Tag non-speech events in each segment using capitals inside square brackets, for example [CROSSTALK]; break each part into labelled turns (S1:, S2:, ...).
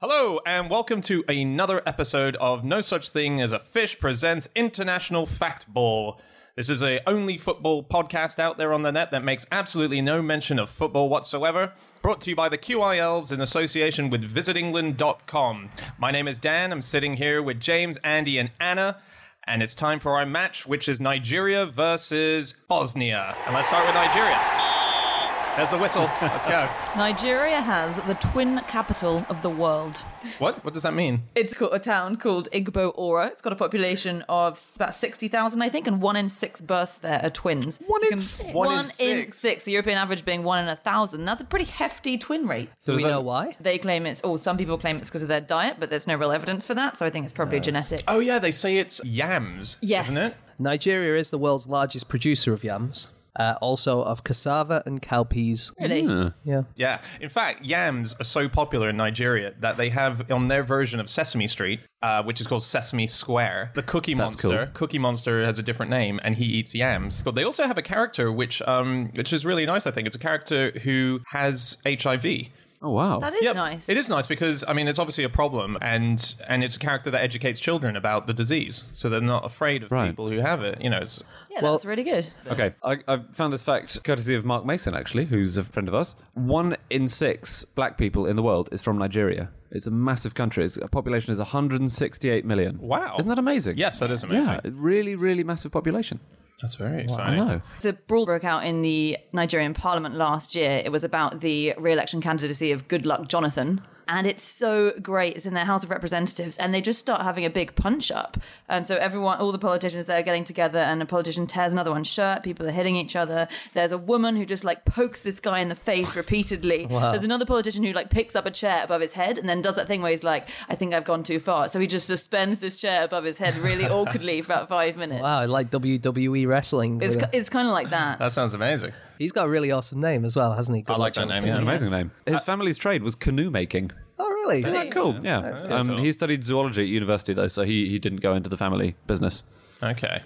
S1: Hello, and welcome to another episode of No Such Thing as a Fish presents International Fact Ball. This is a only football podcast out there on the net that makes absolutely no mention of football whatsoever. Brought to you by the QI Elves in association with visitengland.com. My name is Dan. I'm sitting here with James, Andy, and Anna. And it's time for our match, which is Nigeria versus Bosnia. And let's start with Nigeria. There's the whistle. Let's go.
S2: Nigeria has the twin capital of the world.
S1: what? What does that mean?
S2: It's called a town called Igbo Ora. It's got a population of s- about 60,000, I think, and one in six births there are twins.
S1: One in six? One
S2: One,
S1: in
S2: in
S1: six.
S2: six. The European average being one in a thousand. That's a pretty hefty twin rate.
S3: So
S4: Do
S3: does
S4: we
S3: that-
S4: know why?
S2: They claim it's, oh, some people claim it's because of their diet, but there's no real evidence for that. So I think it's probably genetic.
S1: Oh yeah, they say it's yams,
S2: Yes.
S1: isn't it?
S4: Nigeria is the world's largest producer of yams, uh, also of cassava and cowpeas.
S2: Really?
S4: Yeah.
S1: Yeah. In fact, yams are so popular in Nigeria that they have on their version of Sesame Street, uh, which is called Sesame Square, the Cookie Monster. Cookie Monster has a different name, and he eats yams. But they also have a character which, um, which is really nice. I think it's a character who has HIV.
S3: Oh wow.
S2: That is
S1: Yep.
S2: nice.
S1: It is nice because I mean it's obviously a problem, and and it's a character that educates children about the disease, so they're not afraid of
S3: Right.
S1: people who have it. You know, it's
S2: Yeah, that's really good.
S3: okay. I, I found this fact courtesy of Mark Mason, actually, who's a friend of us. One in six black people in the world is from Nigeria. It's a massive country. Its population is 168 million.
S1: Wow.
S3: Isn't that amazing?
S1: yes, that is amazing.
S3: Yeah. Really, really massive population.
S1: That's very
S3: I
S1: exciting.
S3: know.
S2: The brawl broke out in the Nigerian parliament last year. It was about the re election candidacy of Good Luck Jonathan. And it's so great. It's in their House of Representatives, and they just start having a big punch up. And so, everyone, all the politicians there are getting together, and a politician tears another one's shirt. People are hitting each other. There's a woman who just like pokes this guy in the face repeatedly. There's another politician who like picks up a chair above his head and then does that thing where he's like, I think I've gone too far. So, he just suspends this chair above his head really awkwardly for about five minutes.
S4: Wow, I like WWE wrestling.
S2: It's,
S4: with
S2: ki-
S4: it.
S2: it's kind of like that.
S1: That sounds amazing.
S4: He's got a really awesome name as well, hasn't he?
S1: I like that name. Yeah.
S3: Amazing name. His family's trade was canoe making.
S4: Oh, really?
S3: Isn't that Uh, cool? Yeah. Um, he studied zoology at university though, so he, he didn't go into the family business.
S1: Okay.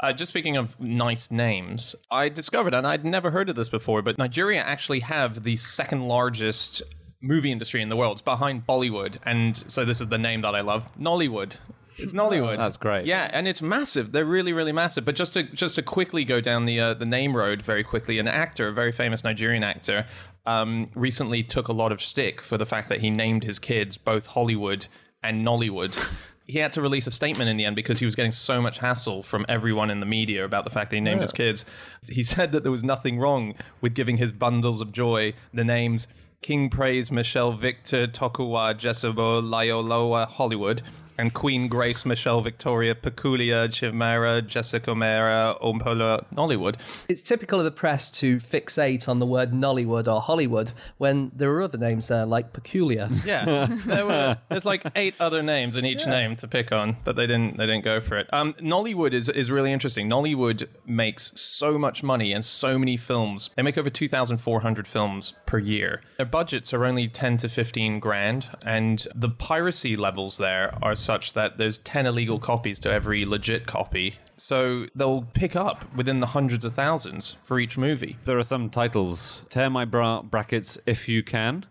S1: Uh, just speaking of nice names, I discovered, and I'd never heard of this before, but Nigeria actually have the second largest movie industry in the world, It's behind Bollywood. And so this is the name that I love, Nollywood. It's Nollywood.
S3: That's great.
S1: Yeah, and it's massive. They're really, really massive. But just to just to quickly go down the uh, the name road very quickly, an actor, a very famous Nigerian actor, um, recently took a lot of stick for the fact that he named his kids both Hollywood and Nollywood. [LAUGHS] He had to release a statement in the end because he was getting so much hassle from everyone in the media about the fact that he named his kids. He said that there was nothing wrong with giving his bundles of joy the names King Praise, Michelle Victor, Tokuwa, Jessabo, Laioloa, Hollywood, and Queen Grace, Michelle Victoria, Peculia, Chimera, Jessica Mera, Ompola, Nollywood.
S4: It's typical of the press to fixate on the word Nollywood or Hollywood when there are other names there, like [LAUGHS] Peculiar.
S1: Yeah, there were. There's like eight other names in each name to pick on, but they didn't. They didn't go for it. Um, Nollywood is is really interesting. Nollywood makes so much money and so many films. They make over two thousand four hundred films per year. Their budgets are only ten to fifteen grand, and the piracy levels there are such that there's ten illegal copies to every legit copy. So they'll pick up within the hundreds of thousands for each movie.
S3: There are some titles: "Tear My Bra" brackets if you can,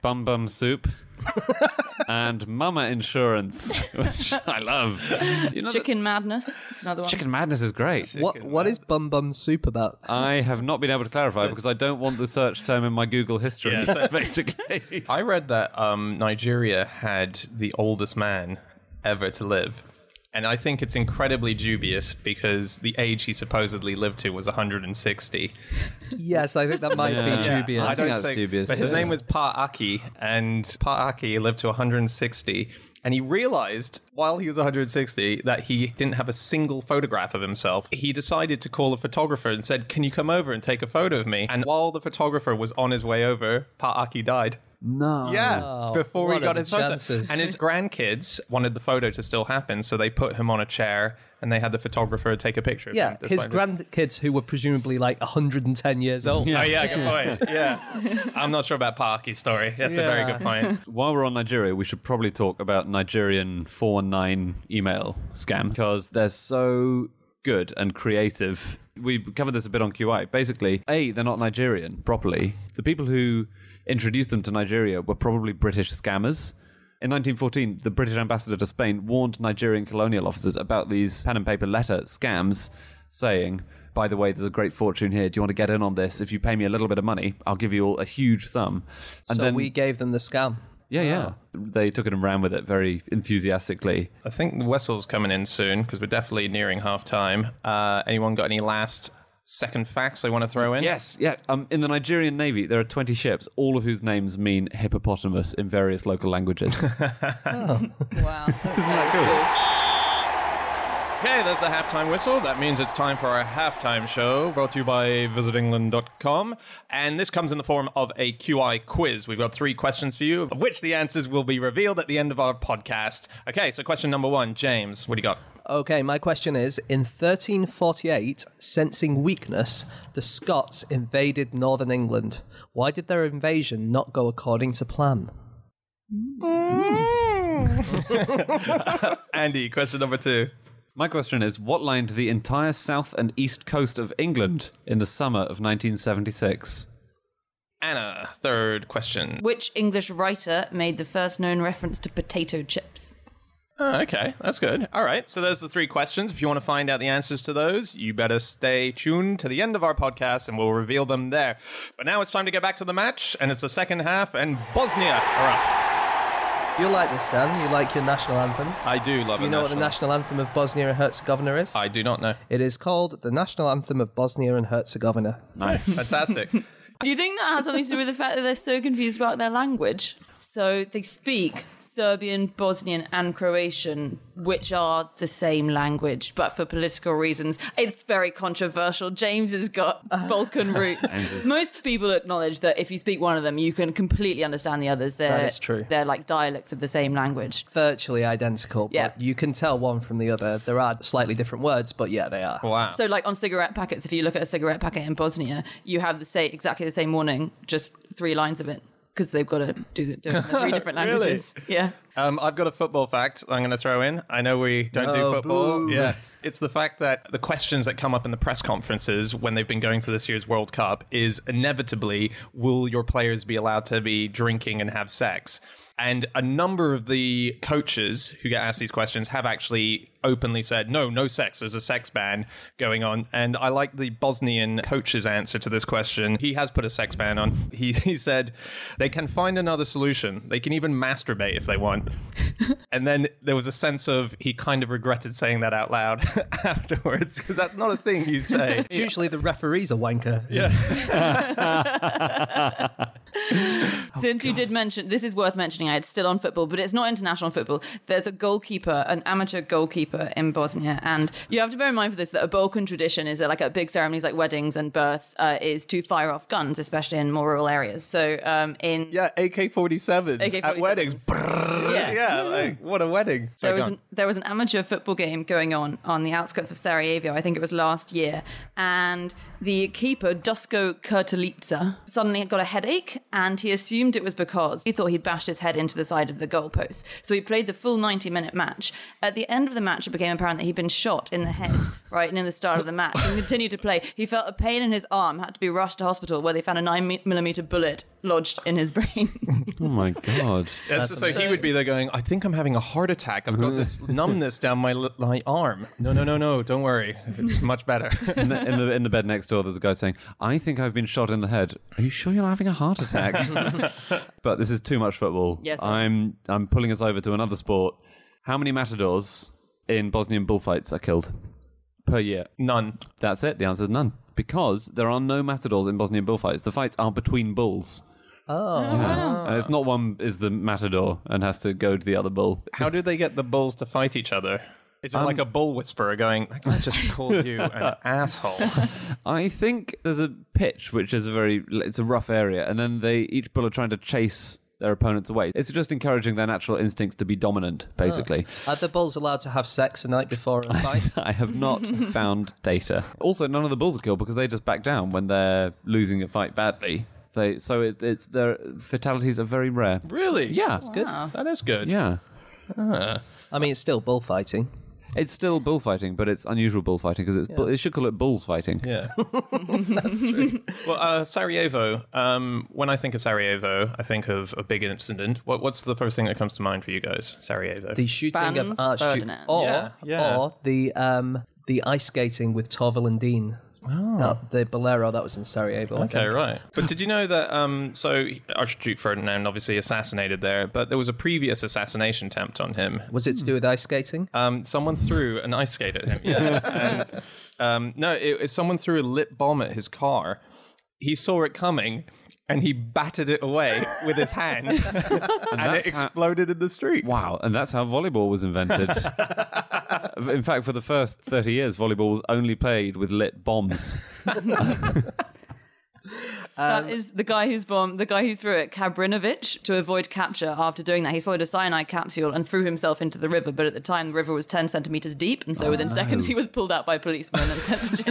S3: "Bum Bum Soup," and "Mama Insurance," which I love. You know, the-
S2: Chicken Madness. It's another one.
S3: Chicken Madness is great.
S4: what What is Bum Bum Soup about?
S3: I have not been able to clarify because I don't want the search term in my Google history.
S1: Yeah, so-
S3: [LAUGHS] basically,
S1: I read that um, Nigeria had the oldest man ever to live. And I think it's incredibly dubious because the age he supposedly lived to was 160.
S4: yes, I think that might
S3: Yeah.
S4: be
S3: Yeah,
S4: dubious.
S3: I think that's dubious
S1: But his
S3: too.
S1: name was Paaki, and Paaki lived to 160. And he realized while he was 160 that he didn't have a single photograph of himself. He decided to call a photographer and said, Can you come over and take a photo of me? And while the photographer was on his way over, Paaki died.
S3: no.
S1: Yeah, before he
S4: what are
S1: got
S4: the
S1: his photo.
S4: chances?
S1: And his grandkids wanted the photo to still happen, so they put him on a chair and they had the photographer take a picture. of
S4: yeah,
S1: him
S4: his
S1: despite
S4: grandkids who were presumably like 110 years old.
S1: Oh yeah, good
S4: [LAUGHS]
S1: point. Yeah, I'm not sure about Parky's story. That's a very
S4: Yeah.
S1: good point.
S3: While we're on Nigeria, we should probably talk about Nigerian 419 email scam because they're so good and creative. We covered this a bit on QI. Basically, A, they're not Nigerian properly. The people who introduced them to Nigeria were probably British scammers. In 1914, the British ambassador to Spain warned Nigerian colonial officers about these pen and paper letter scams, saying, By the way, there's a great fortune here. Do you want to get in on this? If you pay me a little bit of money, I'll give you all a huge sum. And
S4: so we gave them the scam.
S3: yeah, yeah. Ah. They took it and ran with it very enthusiastically.
S1: I think the whistle's coming in soon because we're definitely nearing half time. Uh, anyone got any last second facts they want to throw in?
S3: Yes, yeah. Um, in the Nigerian Navy, there are 20 ships, all of whose names mean hippopotamus in various local languages. [LAUGHS]
S2: Wow.
S1: Okay, there's the halftime whistle. That means it's time for our halftime show brought to you by visitingland.com. And this comes in the form of a QI quiz. We've got three questions for you, of which the answers will be revealed at the end of our podcast. Okay, so question number one, James, what do you got?
S4: Okay, my question is In 1348, sensing weakness, the Scots invaded northern England. Why did their invasion not go according to plan?
S1: Andy, question number two.
S3: My question is what lined the entire south and east coast of England in the summer of 1976?
S1: Anna, third question.
S2: Which English writer made the first known reference to potato chips?
S1: Oh, okay, that's good. All right, so there's the three questions. If you want to find out the answers to those, you better stay tuned to the end of our podcast and we'll reveal them there. But now it's time to get back to the match, and it's the second half, and Bosnia are up.
S4: You like this, Dan? You like your national anthems?
S1: I do love
S4: Do you know what the national anthem of Bosnia and Herzegovina is?
S1: I do not know.
S4: It is called the National Anthem of Bosnia and Herzegovina.
S3: Nice.
S4: [LAUGHS]
S1: Fantastic.
S2: Do you think that has something to do with the fact that they're so confused about their language? So they speak Serbian, Bosnian, and Croatian, which are the same language, but for political reasons, it's very controversial. James has got
S4: Uh-huh. [LAUGHS]
S2: Balkan roots. Most people acknowledge that if you speak one of them, you can completely understand the others. They're,
S4: is true.
S2: They're like dialects of the same language.
S4: Virtually identical, but
S2: Yeah.
S4: you can tell one from the other. There are slightly different words, but yeah, they are.
S1: wow.
S2: So, like on cigarette packets, if you look at a cigarette packet in Bosnia, you have the same exactly the same warning, just three lines of it, because they've got to do it in the three different
S1: Really?
S2: languages. Yeah.
S1: Um, I've got a football fact I'm going to throw in. I know we don't do
S4: No,
S1: football.
S4: Oh, boo.
S1: Yeah. [LAUGHS] It's the fact that the questions that come up in the press conferences when they've been going to this year's World Cup is inevitably will your players be allowed to be drinking and have sex? And a number of the coaches who get asked these questions have actually openly said, no, no sex. There's a sex ban going on. And I like the Bosnian coach's answer to this question. He has put a sex ban on. He, [LAUGHS] he said, they can find another solution. They can even masturbate if they want. and then there was a sense of he kind of regretted saying that out loud [LAUGHS] afterwards because that's not a thing you say.
S4: Usually the referee's a wanker. Yeah.
S2: Since you did mention, this is worth mentioning. It's still on football, but it's not international football. There's a goalkeeper, an amateur goalkeeper in Bosnia, and you have to bear in mind for this that a Balkan tradition is that like at big ceremonies like weddings and births uh, is to fire off guns, especially in more rural areas. So um, in
S1: [LAUGHS] Yeah, AK 47s at
S2: AK-47s.
S1: weddings. [LAUGHS]
S2: Yeah.
S1: yeah, like what a wedding. Sorry,
S2: there was
S1: go on.
S2: an, there was an amateur football game going on on the outskirts of Sarajevo. I think it was last year, and the keeper Dusko Kurtulitsa suddenly got a headache, and he assumed it was because he thought he'd bashed his head into the side of the goalpost. So he played the full ninety minute match. At the end of the match, it became apparent that he'd been shot in the head [LAUGHS] right near the start of the match, and continued to play. He felt a pain in his arm, had to be rushed to hospital, where they found a nine mi- millimeter bullet lodged in his brain. [LAUGHS]
S3: oh my God.
S1: That's so he would be there going, I think I'm having a heart attack. I've got [LAUGHS] this numbness down my li- my arm. No, no, no, no. Don't worry.
S2: [LAUGHS]
S1: It's much better. [LAUGHS]
S3: In the, in, the, in the bed next door, there's a guy saying, I think I've been shot in the head. Are you sure you're not having a heart attack? but this is too much football.
S2: Yes, sir.
S3: I'm, I'm pulling us over to another sport. How many matadors in Bosnian bullfights are killed per year?
S1: None.
S3: That's it. The answer is none. Because there are no matadors in Bosnian bullfights. The fights are between bulls.
S4: Oh.
S3: Yeah. And it's not one is the matador and has to go to the other bull.
S1: How do they get the bulls to fight each other? Is it like a bull whisperer going, I can just call you [LAUGHS] an
S2: [LAUGHS]
S1: asshole?
S3: I think there's a pitch which is a very it's a rough area, and then they each bull are trying to chase their opponents away. It's just encouraging their natural instincts to be dominant, basically.
S4: Are the bulls allowed to have sex the night before a fight?
S3: [LAUGHS] I have not found data. Also, none of the bulls are killed because they just back down when they're losing a fight badly. They so it, it's their fatalities are very rare.
S1: really?
S3: Yeah,
S1: That is good.
S3: yeah.
S4: I mean, it's still bullfighting.
S3: It's still bullfighting, but it's unusual bullfighting because it's bull, it should call it bulls fighting.
S1: [LAUGHS] Yeah.
S4: That's true.
S1: Well, uh, Sarajevo. Um, when I think of Sarajevo, I think of a big incident. What, what's the first thing that comes to mind for you guys? Sarajevo.
S4: The shooting
S2: Franz
S4: of Archduke,
S2: Ferdinand.
S4: or
S1: Yeah, yeah.
S4: or the um the ice skating with Torval and Dean. That, the Bolero that was in Sarajevo. I
S1: Oh. Okay, [LAUGHS]
S4: think.
S1: right. But did you know that? Um, so Archduke Ferdinand obviously assassinated there, but there was a previous assassination attempt on him.
S4: Was it to do with ice skating?
S1: Um, someone threw an ice skate at him. Yeah. and, um, no, it, it- someone threw a lip bomb at his car. He saw it coming. And he batted it away with his hand, [LAUGHS] and, it
S3: that's how-
S1: exploded in the street.
S3: Wow, and that's how volleyball was [LAUGHS] invented. In fact, for the first 30 years, volleyball was only played with lit bombs.
S1: Um,
S2: that Uh, is the guy who's bomb, the guy who threw it, Kabrinovich, to avoid capture. After doing that, he swallowed a cyanide capsule and threw himself into the river. But at the time, the river was ten centimeters deep, and so within
S1: Oh.
S2: seconds, he was pulled out by policemen and sent to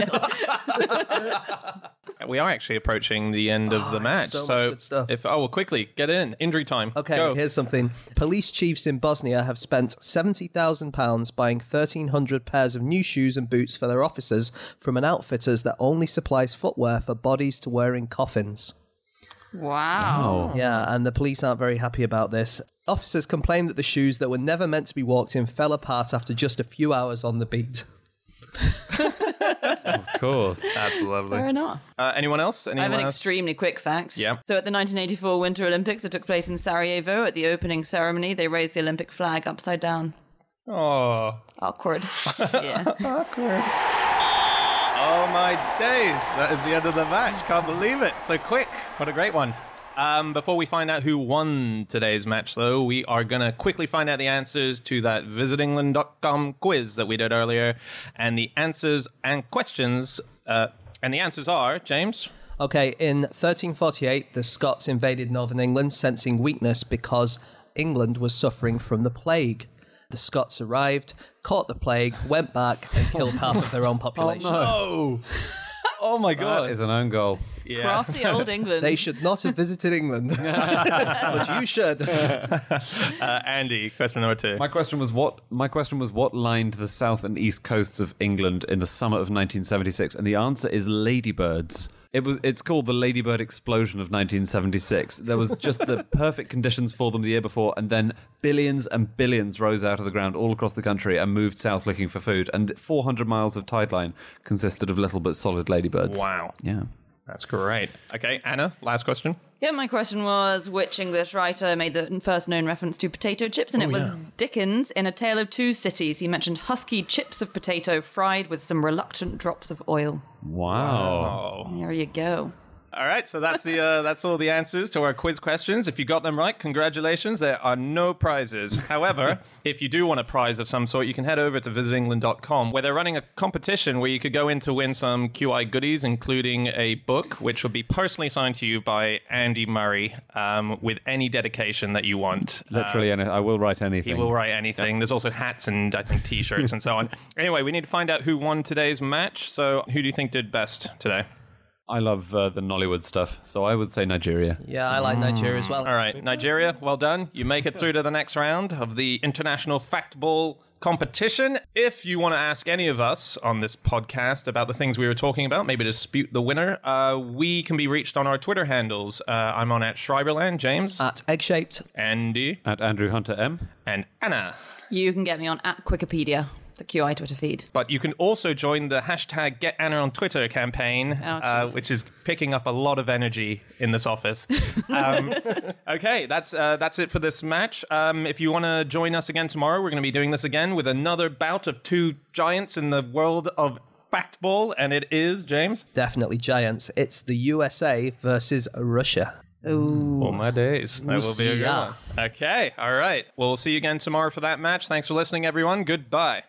S1: [LAUGHS]
S2: jail.
S1: We are actually approaching the end of the match,
S4: Oh, so much good stuff.
S1: if oh well, quickly get in injury time.
S4: Okay,
S1: Go.
S4: here's something. Police chiefs in Bosnia have spent £70,000 buying 1,300 pairs of new shoes and boots for their officers from an outfitters that only supplies footwear for bodies to wear in coffins.
S2: wow.
S4: Yeah, and the police aren't very happy about this. Officers complained that the shoes that were never meant to be walked in fell apart after just a few hours on the beat.
S3: Of course.
S1: That's lovely.
S2: Fair enough.
S1: Uh, anyone else?
S2: I
S1: Anyone
S2: have an
S1: else?
S2: extremely quick fact.
S1: Yeah.
S2: So at the 1984 Winter Olympics that took place in Sarajevo, at the opening ceremony, they raised the Olympic flag upside down.
S1: oh, [LAUGHS]
S2: Awkward. yeah.
S1: oh my days! That is the end of the match. Can't believe it. So quick. What a great one. Um, before we find out who won today's match, though, we are going to quickly find out the answers to that visitingland.com quiz that we did earlier. And the answers and questions, uh, and the answers are, James?
S4: Okay, in 1348, the Scots invaded northern England, sensing weakness because England was suffering from the plague. The Scots arrived, caught the plague, went back,
S1: [LAUGHS]
S4: and killed half of their own population.
S1: Oh! oh my
S3: That is an own goal.
S1: Yeah.
S2: Crafty old England.
S4: They should not have visited
S1: [LAUGHS]
S4: England, but you should.
S1: Uh, Andy, question number two.
S3: My question was what my question was what lined the south and east coasts of England in the summer of 1976 and the answer is ladybirds. It was it's called the ladybird explosion of 1976. There was just the perfect conditions for them the year before and then billions and billions rose out of the ground all across the country and moved south looking for food and 400 miles of tide line consisted of little but solid ladybirds.
S1: wow.
S3: Yeah.
S1: That's great. Okay, Anna, last question.
S2: Yeah, my question was which English writer made the first known reference to potato chips? And it was Dickens in A Tale of Two Cities. He mentioned husky chips of potato fried with some reluctant drops of oil.
S3: Wow.
S2: There you go.
S1: Oh. All right, so that's the uh, that's all the answers to our quiz questions. If you got them right, congratulations. There are no prizes. [LAUGHS] However, if you do want a prize of some sort, you can head over to visitengland.com where they're running a competition where you could go in to win some QI goodies, including a book which will be personally signed to you by Andy Murray um, with any dedication that you want.
S3: Literally any, I will write
S1: He
S3: anything.
S1: will write anything. There's also hats and I think t-shirts and [LAUGHS] so on. Anyway, we need to find out who won today's match. So, who do you think did best today?
S3: I love uh, the Nollywood stuff, so I would say Nigeria.
S4: Yeah, I like Nigeria as well.
S1: All right, Nigeria, well done. You make it through to the next round of the International Fact Ball competition. If you want to ask any of us on this podcast about the things we were talking about, maybe dispute the winner, uh, we can be reached on our Twitter handles. Uh, I'm on at Schreiberland, James,
S4: At egg shaped.
S1: Andy,
S3: At Andrew Hunter M.
S1: and Anna.
S2: You can get me on at Wikipedia, the QI Twitter feed.
S1: But you can also join the hashtag Get Anna on Twitter campaign, uh,
S2: Jesus.
S1: which is picking up a lot of energy in this office. Um, okay, that's uh, that's it for this match. Um, if you want to join us again tomorrow, we're going to be doing this again with another bout of two giants in the world of fact ball, and it is James.
S4: Definitely giants. It's the USA versus Russia.
S1: Oh my days, that will be a good
S4: Lucia.
S1: one. Okay, all right. Well, we'll see you again tomorrow for that match. Thanks for listening, everyone. Goodbye.